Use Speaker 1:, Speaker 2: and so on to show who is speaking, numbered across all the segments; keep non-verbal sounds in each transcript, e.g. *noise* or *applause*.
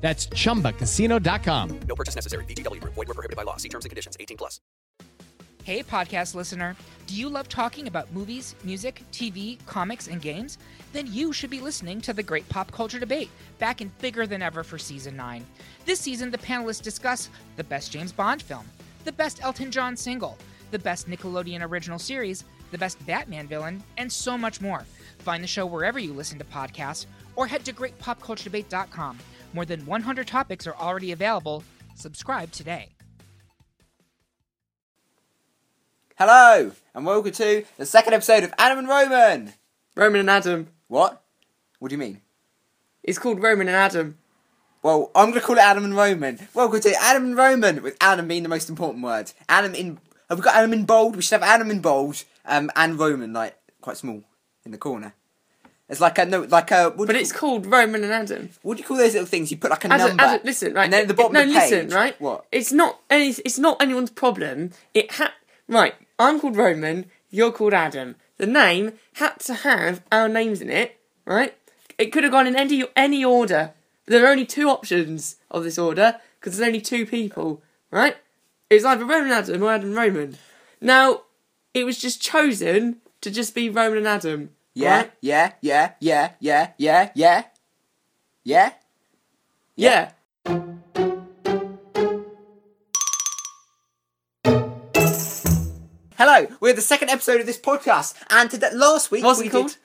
Speaker 1: That's chumbacasino.com.
Speaker 2: No purchase necessary. VGW Group. Void were prohibited by law. See terms and conditions. 18 plus.
Speaker 3: Hey, podcast listener. Do you love talking about movies, music, TV, comics, and games? Then you should be listening to the Great Pop Culture Debate, back in bigger than ever for season 9. This season, the panelists discuss the best James Bond film, the best Elton John single, the best Nickelodeon original series, the best Batman villain, and so much more. Find the show wherever you listen to podcasts or head to greatpopculturedebate.com. More than 100 topics are already available. Subscribe today.
Speaker 4: Hello, and welcome to the second episode of Adam and Roman.
Speaker 5: Roman and Adam.
Speaker 4: What? What do you mean?
Speaker 5: It's called Roman and Adam.
Speaker 4: Well, I'm going to call it Adam and Roman. Welcome to Adam and Roman, with Adam being the most important word. Adam in. Have we got Adam in bold? We should have Adam in bold um, and Roman, like, quite small in the corner. It's like a. No, like a. What do
Speaker 5: But
Speaker 4: you
Speaker 5: it's called Roman and Adam.
Speaker 4: call- what do you call those little things? You put like a
Speaker 5: Adam,
Speaker 4: number.
Speaker 5: Adam, listen, right?
Speaker 4: And then at the bottom
Speaker 5: no,
Speaker 4: of the page.
Speaker 5: listen, right?
Speaker 4: What?
Speaker 5: It's not any. It's not anyone's problem. It had right. I'm called Roman. You're called Adam. The name had to have our names in it, right? It could have gone in any any order. There are only two options of this order because there's only two people, right? It's either Roman and Adam or Adam and Roman. Now, it was just chosen to just be Roman and Adam.
Speaker 4: Yeah,
Speaker 5: right?
Speaker 4: yeah, yeah, yeah, yeah, yeah, yeah. Yeah?
Speaker 5: yeah.
Speaker 4: Hello, we're the second episode of this podcast, and today, last week
Speaker 5: What's
Speaker 4: we
Speaker 5: it called?
Speaker 4: Did,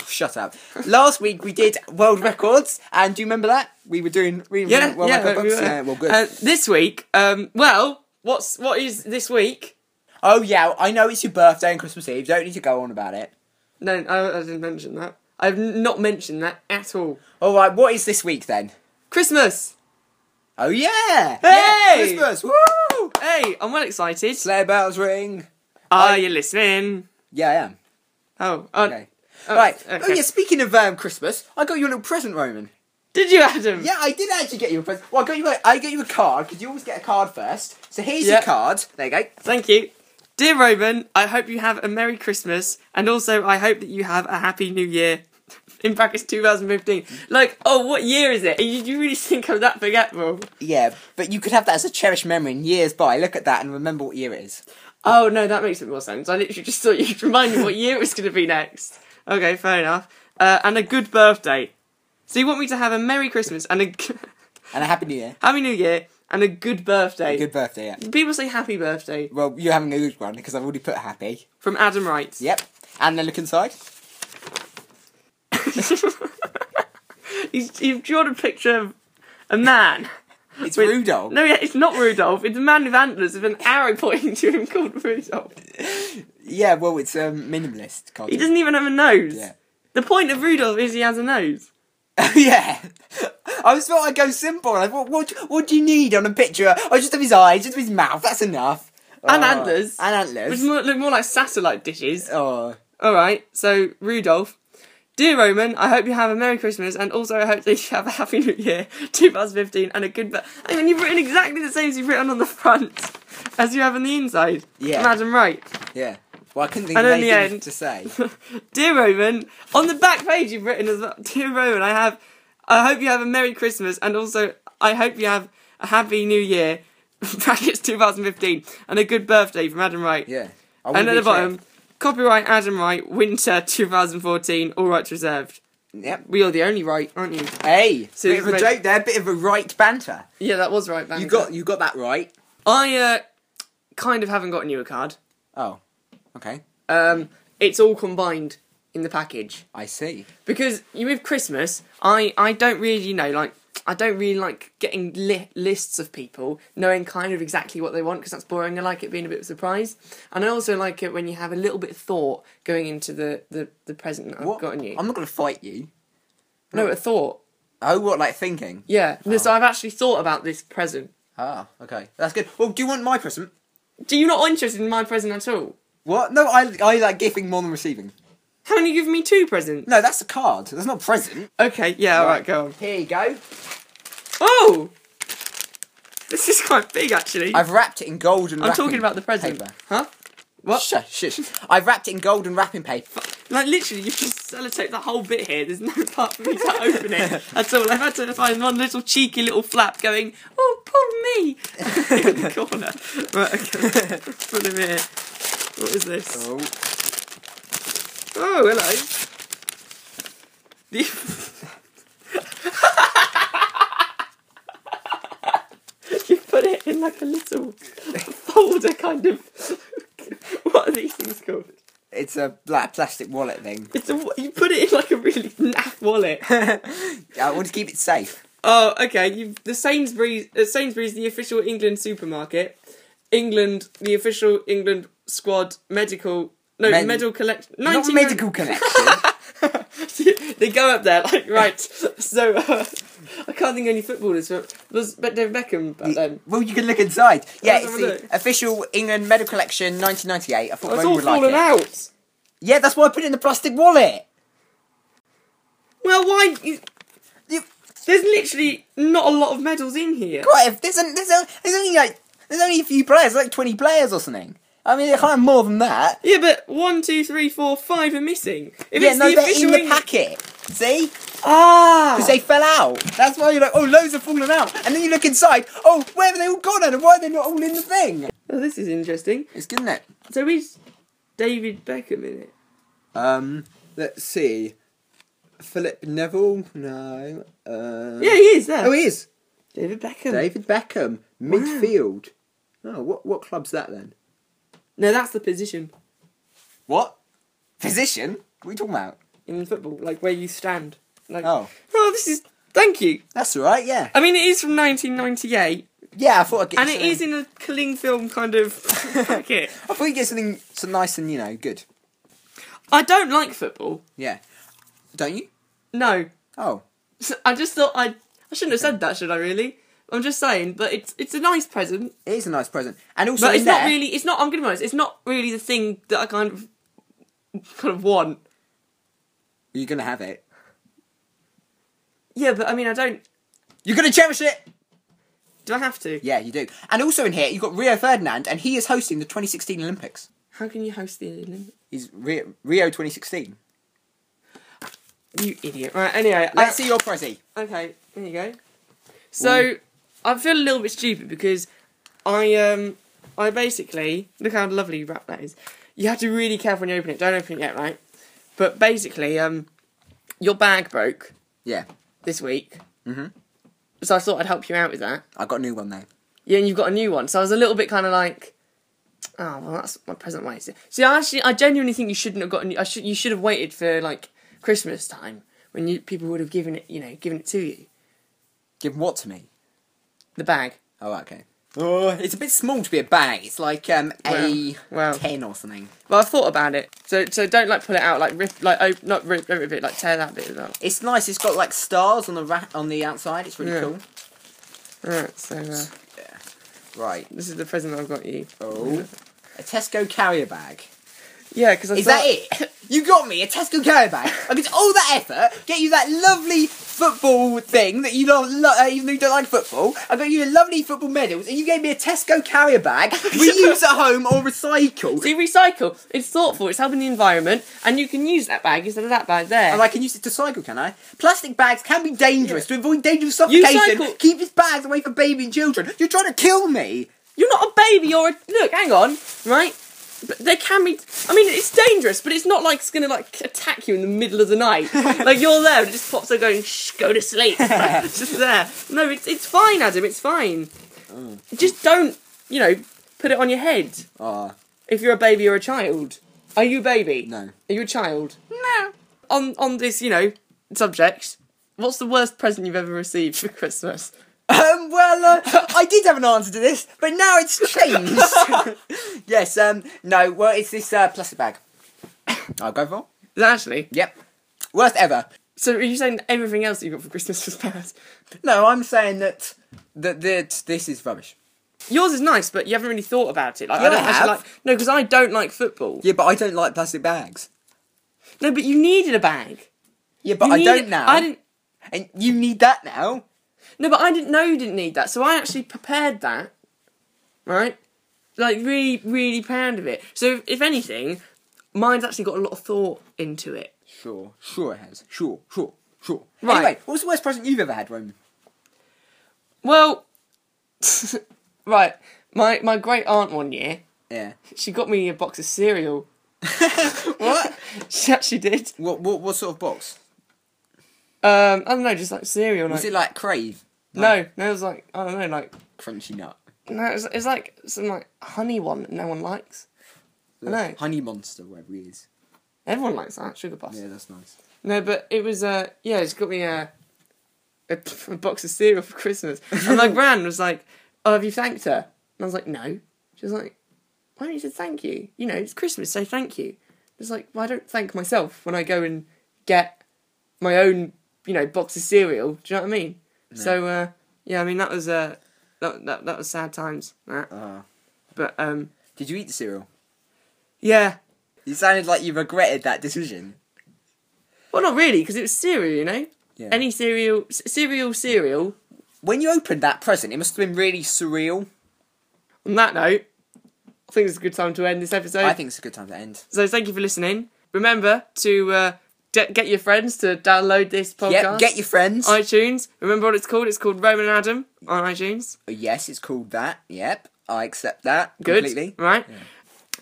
Speaker 4: Oh, shut up. *laughs* last week we did world records, and do you remember that we were doing? We were
Speaker 5: Yeah,
Speaker 4: doing world
Speaker 5: yeah,
Speaker 4: record
Speaker 5: but we
Speaker 4: books?
Speaker 5: were.
Speaker 4: yeah. Well, good.
Speaker 5: Uh, this week, um, well, what's what is this week?
Speaker 4: oh yeah, I know it's your birthday and Christmas Eve. Don't need to go on about it.
Speaker 5: No, I, I didn't mention that. I've not mentioned that at all.
Speaker 4: All right, what is this week then?
Speaker 5: Christmas.
Speaker 4: Oh yeah,
Speaker 5: Hey!
Speaker 4: yeah, Christmas! Woo!
Speaker 5: Hey, I'm well excited.
Speaker 4: Sleigh bells ring.
Speaker 5: Are you listening?
Speaker 4: Yeah, I am.
Speaker 5: Oh, uh,
Speaker 4: Okay. right. Oh
Speaker 5: okay.
Speaker 4: yeah. Speaking of um, Christmas, I got you a little present, Roman.
Speaker 5: Did you, Adam?
Speaker 4: Yeah, I did actually get you a present. Well, I got you a, I got you a card because you always get a card first. So here's your
Speaker 5: Yeah.
Speaker 4: card. There you go.
Speaker 5: Thank you. Dear Roman, I hope you have a Merry Christmas and also I hope that you have a Happy New Year. *laughs* In brackets 2015. Like, oh, what year is it? You, you really think I'm that forgetful?
Speaker 4: Yeah, but you could have that as a cherished memory in years by. Look at that and remember what year it is.
Speaker 5: Oh no, that makes a bit more sense. I literally just thought you'd remind me what year it was going to be next. Okay, fair enough. Uh, and a good birthday. So you want me to have a Merry Christmas and a g- *laughs*
Speaker 4: And a happy new year.
Speaker 5: Happy New Year and a good birthday.
Speaker 4: Good birthday, yeah.
Speaker 5: People say Happy Birthday
Speaker 4: Well, you're having a good one because I've already put happy.
Speaker 5: from Adam Wright.
Speaker 4: Yep. And then look inside.
Speaker 5: He's, you've drawn a picture of a man.
Speaker 4: It's
Speaker 5: with-
Speaker 4: Rudolph.
Speaker 5: No, yeah, it's not Rudolph. It's a man with antlers with an arrow *laughs* pointing to him called Rudolph.
Speaker 4: Yeah, well, it's um, minimalist cartoon.
Speaker 5: He
Speaker 4: *laughs*
Speaker 5: doesn't even have a nose.
Speaker 4: Yeah.
Speaker 5: The point of Rudolph is he has a nose.
Speaker 4: yeah. I was thought I'd go simple. I thought, what, what do you need on a picture? Oh, just have his eyes, just have his mouth. That's enough.
Speaker 5: And
Speaker 4: Oh,
Speaker 5: antlers.
Speaker 4: And
Speaker 5: Which
Speaker 4: antlers.
Speaker 5: more, look more like satellite dishes.
Speaker 4: oh.
Speaker 5: All right, so Rudolph. Dear Roman, I hope you have a Merry Christmas and also I hope that you have a Happy New Year *laughs* 2015 and a good. Bir- I mean, you've written exactly the same as you've written on the front *laughs* as you have on the inside.
Speaker 4: Yeah.
Speaker 5: Madam Right.
Speaker 4: Yeah. Well, I couldn't think
Speaker 5: And
Speaker 4: of
Speaker 5: in the
Speaker 4: anything
Speaker 5: end-
Speaker 4: to say.
Speaker 5: Dear Roman, on the back page you've written as well. *laughs* Dear Roman, I have. I hope you have a Merry Christmas and also I hope you have a Happy New Year, *laughs* brackets 2015, and a good birthday from Adam Wright.
Speaker 4: Yeah. I
Speaker 5: And
Speaker 4: wouldn't
Speaker 5: at
Speaker 4: be
Speaker 5: the bottom,
Speaker 4: tricked.
Speaker 5: copyright Adam Wright, winter 2014, all rights reserved.
Speaker 4: Yep.
Speaker 5: We are the only right, aren't you?
Speaker 4: Hey,
Speaker 5: So
Speaker 4: bit of a
Speaker 5: it's-
Speaker 4: joke there, bit of a right banter.
Speaker 5: Yeah, that was right, Van.
Speaker 4: You got you got that right.
Speaker 5: I uh, kind of haven't gotten you a card.
Speaker 4: Oh, okay.
Speaker 5: Um, it's all combined in the package
Speaker 4: I see.
Speaker 5: because you with Christmas, I I don't really know like. I don't really like getting li- lists of people, knowing kind of exactly what they want, because that's boring. I like it being a bit of a surprise, and I also like it when you have a little bit of thought going into the the, the present that I've gotten you.
Speaker 4: I'm not going to fight you.
Speaker 5: No, a thought.
Speaker 4: Oh, what like thinking?
Speaker 5: Yeah. No, So I've actually thought about this present.
Speaker 4: Ah, okay. That's good. Well, do you want my present?
Speaker 5: Do you not interested in my present at all?
Speaker 4: What? No, I, I like giving more than receiving.
Speaker 5: Haven't you given me two presents?
Speaker 4: No, that's a card. That's not a present.
Speaker 5: Okay, yeah, alright, go on.
Speaker 4: Here you go.
Speaker 5: Oh! This is quite big actually.
Speaker 4: I've wrapped it in gold and
Speaker 5: I'm
Speaker 4: wrapping
Speaker 5: talking about the present.
Speaker 4: Paper.
Speaker 5: Huh? What?
Speaker 4: Shush, shush. I've wrapped it in gold and wrapping paper.
Speaker 5: Like literally, you just sellotape the whole bit here. There's no part for me to *laughs* open it at all. I've had to find one little cheeky little flap going, oh, pull me *laughs* in the corner. Right,
Speaker 4: *laughs*
Speaker 5: okay, put him here. What is this?
Speaker 4: Oh.
Speaker 5: Oh, hello. You *laughs* you put it in like a little folder kind of. *laughs* what are these things called?
Speaker 4: It's a like plastic wallet thing.
Speaker 5: It's a, you put it in like a really
Speaker 4: *laughs*
Speaker 5: naff wallet.
Speaker 4: I want to keep it safe.
Speaker 5: Oh, okay. You the Sainsbury's uh, Sainsbury's the official England supermarket. England the official England squad medical no
Speaker 4: Med-
Speaker 5: medal collection.
Speaker 4: Not medical connection.
Speaker 5: *laughs* they go up there like right. So uh, I can't think of any footballers, but was but David Beckham back then.
Speaker 4: um, well, you can look inside.
Speaker 5: *laughs*
Speaker 4: Yeah,
Speaker 5: Let's
Speaker 4: it's
Speaker 5: have a
Speaker 4: the
Speaker 5: look.
Speaker 4: official England Medical Collection 1998. I thought
Speaker 5: It's
Speaker 4: Rowan
Speaker 5: all
Speaker 4: would like
Speaker 5: fallen
Speaker 4: it.
Speaker 5: out.
Speaker 4: Yeah, that's why I put it in the plastic wallet.
Speaker 5: Well, why? You,
Speaker 4: You,
Speaker 5: there's literally not a lot of medals in here.
Speaker 4: Right, if there's, an, there's, a, there's only like there's only a few players, like 20 players or something. I mean, it can't have more than that.
Speaker 5: Yeah, but one, two, three, four, five are missing. If
Speaker 4: yeah,
Speaker 5: it's
Speaker 4: no,
Speaker 5: the
Speaker 4: they're in
Speaker 5: official
Speaker 4: the
Speaker 5: England-
Speaker 4: packet. See?
Speaker 5: Ah,
Speaker 4: Because they fell out. That's why you're like, oh, loads have fallen out. And then you look inside, oh, where have they all gone and why are they not all in the thing?
Speaker 5: Oh, this is interesting.
Speaker 4: It's good, isn't it?
Speaker 5: So is David Beckham in it?
Speaker 4: Um, let's see. Philip Neville? No. Uh...
Speaker 5: Yeah, he is there.
Speaker 4: Oh, he is.
Speaker 5: David Beckham.
Speaker 4: David Beckham, midfield. Oh, what what club's that then?
Speaker 5: No, that's the position
Speaker 4: What position? What are you talking about?
Speaker 5: in football, like where you stand. Like,
Speaker 4: Oh.
Speaker 5: oh, this is. Thank you.
Speaker 4: That's all right. Yeah.
Speaker 5: I mean, it is from 1998,
Speaker 4: Yeah, I thought I'd get.
Speaker 5: and
Speaker 4: you
Speaker 5: it
Speaker 4: something-
Speaker 5: is in a cling film kind of packet.
Speaker 4: I thought you'd get something so nice and you know good.
Speaker 5: *laughs* I don't like football.
Speaker 4: Yeah. Don't you?
Speaker 5: No,
Speaker 4: Oh.
Speaker 5: I just thought I. I shouldn't have said that, should I? Really? I'm just saying, but it's it's a nice present,
Speaker 4: It is a nice present, and also
Speaker 5: but
Speaker 4: in
Speaker 5: it's not
Speaker 4: there-
Speaker 5: really. It's not. I'm gonna be honest. It's not really the thing that I kind of kind of want.
Speaker 4: You're gonna have it.
Speaker 5: Yeah, but I mean, I don't.
Speaker 4: You're gonna cherish it.
Speaker 5: Do I have to?
Speaker 4: Yeah, you do. And also in here, you've got Rio Ferdinand, and he is hosting the 2016 Olympics.
Speaker 5: How can you host the Olympics?
Speaker 4: He's Rio, Rio 2016.
Speaker 5: You idiot. Right, anyway. I,
Speaker 4: Let's see your prezi.
Speaker 5: Okay, there you go. So, I feel a little bit stupid because I, um, I basically, look how lovely wrap that is. You have to really careful when you open it. Don't open it yet, right? But basically, um, your bag broke
Speaker 4: Yeah,
Speaker 5: this week. Mm-hmm. So I thought I'd help you out with that.
Speaker 4: I got a new one though.
Speaker 5: Yeah, and you've got a new one. So I was a little bit kind of like, oh well, that's my present wasted. See, I actually, I genuinely think you shouldn't have gotten. I should, you should have waited for like Christmas time when you people would have given it, you know, given it to you.
Speaker 4: Give what to me?
Speaker 5: The bag.
Speaker 4: Oh, okay. Oh, it's a bit small to be a bag. It's like um, a
Speaker 5: Wow. Wow.
Speaker 4: ten or something.
Speaker 5: But I've thought about it. So so don't like pull it out, like rip, like op- not rip, don't rip it, like tear that bit out.
Speaker 4: It's nice. It's got like stars on the ra- on the outside. It's really
Speaker 5: Yeah.
Speaker 4: cool.
Speaker 5: Right. So uh,
Speaker 4: Right.
Speaker 5: this is the present I've got you.
Speaker 4: Oh, a Tesco carrier bag.
Speaker 5: Yeah, because I
Speaker 4: Is
Speaker 5: thought,
Speaker 4: that it? *laughs* You got me a Tesco carrier *laughs* bag. I did all that effort, get you that lovely football thing that you don't lo- uh, even though you don't like football. I got you the lovely football medals, and you gave me a Tesco carrier bag. *laughs* Reuse at home or recycle.
Speaker 5: See, recycle. It's thoughtful. It's helping the environment, and you can use that bag instead of that bag there.
Speaker 4: And I can use it to cycle, can I? Plastic bags can be dangerous. To avoid dangerous suffocation,
Speaker 5: cycle-
Speaker 4: keep these bags away from baby and children. You're trying to kill me.
Speaker 5: You're not a baby. You're a look. Hang on, right? But there can be. I mean, it's dangerous, but it's not like it's gonna like attack you in the middle of the night. like you're there, and it just pops up going, "Shh, go to sleep." It's just there. No, it's it's fine, Adam. It's fine. Just don't, you know, put it on your head.
Speaker 4: Ah,
Speaker 5: If you're a baby or a child, are you a baby?
Speaker 4: No.
Speaker 5: Are you a child? No. On on this, you know, subject. What's the worst present you've ever received for Christmas?
Speaker 4: *laughs* Um, well, uh, I did have an answer to this, but now it's changed.
Speaker 5: *laughs*
Speaker 4: yes, um, no, well, it's this uh, plastic bag. *coughs* I'll go for it.
Speaker 5: Is that Actually,
Speaker 4: Yep. Worst ever.
Speaker 5: so are you saying that everything else that you got for Christmas was bad?
Speaker 4: No, I'm saying that, that, that this is rubbish.
Speaker 5: Yours is nice, but you haven't really thought about it. Like,
Speaker 4: Yeah,
Speaker 5: I don't
Speaker 4: I have.
Speaker 5: actually like no, because I don't like football.
Speaker 4: Yeah, but I don't like plastic bags.
Speaker 5: No, but you needed a bag.
Speaker 4: Yeah, but
Speaker 5: You
Speaker 4: I
Speaker 5: need-
Speaker 4: don't now.
Speaker 5: I didn't.
Speaker 4: And you need that now.
Speaker 5: No, but I didn't know you didn't need that, so I actually prepared that. Right? Like, really, really proud of it. So, if, if anything, mine's actually got a lot of thought into it.
Speaker 4: Sure, sure it has. Sure, sure, sure.
Speaker 5: Right.
Speaker 4: Anyway, what's the worst present you've ever had, Roman?
Speaker 5: Well, *laughs* right. My my great aunt one year,
Speaker 4: Yeah.
Speaker 5: she got me a box of cereal.
Speaker 4: *laughs*
Speaker 5: *laughs*
Speaker 4: What?
Speaker 5: She actually did.
Speaker 4: what? What? What sort of box?
Speaker 5: Um, I don't know, just like cereal.
Speaker 4: Was
Speaker 5: Like,
Speaker 4: it like crave?
Speaker 5: no, no, it was like I don't know, like
Speaker 4: Crunchy nut.
Speaker 5: no, it was, it was like some like honey one that no one likes. I know.
Speaker 4: Honey monster, whatever it is.
Speaker 5: Everyone likes that sugar boss.
Speaker 4: Yeah, that's nice.
Speaker 5: No, but it was uh yeah, it's got me a, a *laughs* a box of cereal for Christmas, and my gran was like, "Oh, have you thanked her?" And I was like, "No." She was like, "Why don't you say thank you? You know, it's Christmas, so thank you." I was like, "Well, I don't thank myself when I go and get my own, you know, box of cereal." Do you know what I mean? So uh, yeah, I mean that was uh that that, that was sad times. That. But um
Speaker 4: Did you eat the cereal?
Speaker 5: yeah,
Speaker 4: You sounded like you regretted that decision.
Speaker 5: well not really because it was cereal, you know.
Speaker 4: Yeah.
Speaker 5: Any cereal, c- cereal, cereal.
Speaker 4: When you opened that present, it must have been really surreal.
Speaker 5: On that note, I think it's a good time to end this episode.
Speaker 4: I think it's a good time to end.
Speaker 5: so. Thank you for listening. Remember to uh, de- get your friends to download this podcast.
Speaker 4: Yep, get your friends.
Speaker 5: iTunes. Remember what it's called? It's called Roman and Adam on iTunes.
Speaker 4: Uh, Yes, it's called that. Yep, I accept that
Speaker 5: Good,
Speaker 4: completely.
Speaker 5: right?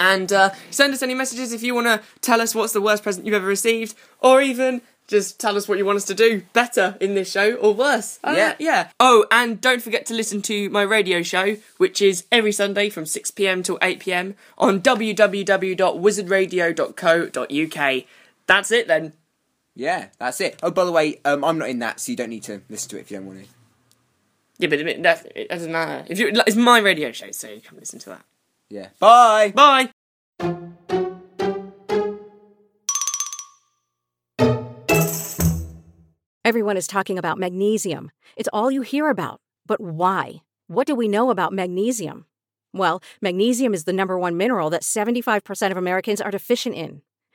Speaker 5: And uh, send us any messages if you want to tell us what's the worst present you've ever received, or even just tell us what you want us to do better in this show or worse. I don't
Speaker 4: Yeah.
Speaker 5: know, yeah. Oh, and don't forget to listen to my radio show, which is every Sunday from 6 pm till 8 pm on www.wizardradio.co.uk. That's it then.
Speaker 4: Yeah, that's it. Oh, by the way, um, I'm not in that, so you don't need to listen to it if you don't want to.
Speaker 5: Yeah, but it, that, it doesn't matter. If you, it's my radio show, so you can listen to that.
Speaker 4: Yeah. Bye.
Speaker 5: Bye.
Speaker 6: Everyone is talking about magnesium. It's all you hear about. But why? What do we know about magnesium? Well, magnesium is the number one mineral that 75% of Americans are deficient in.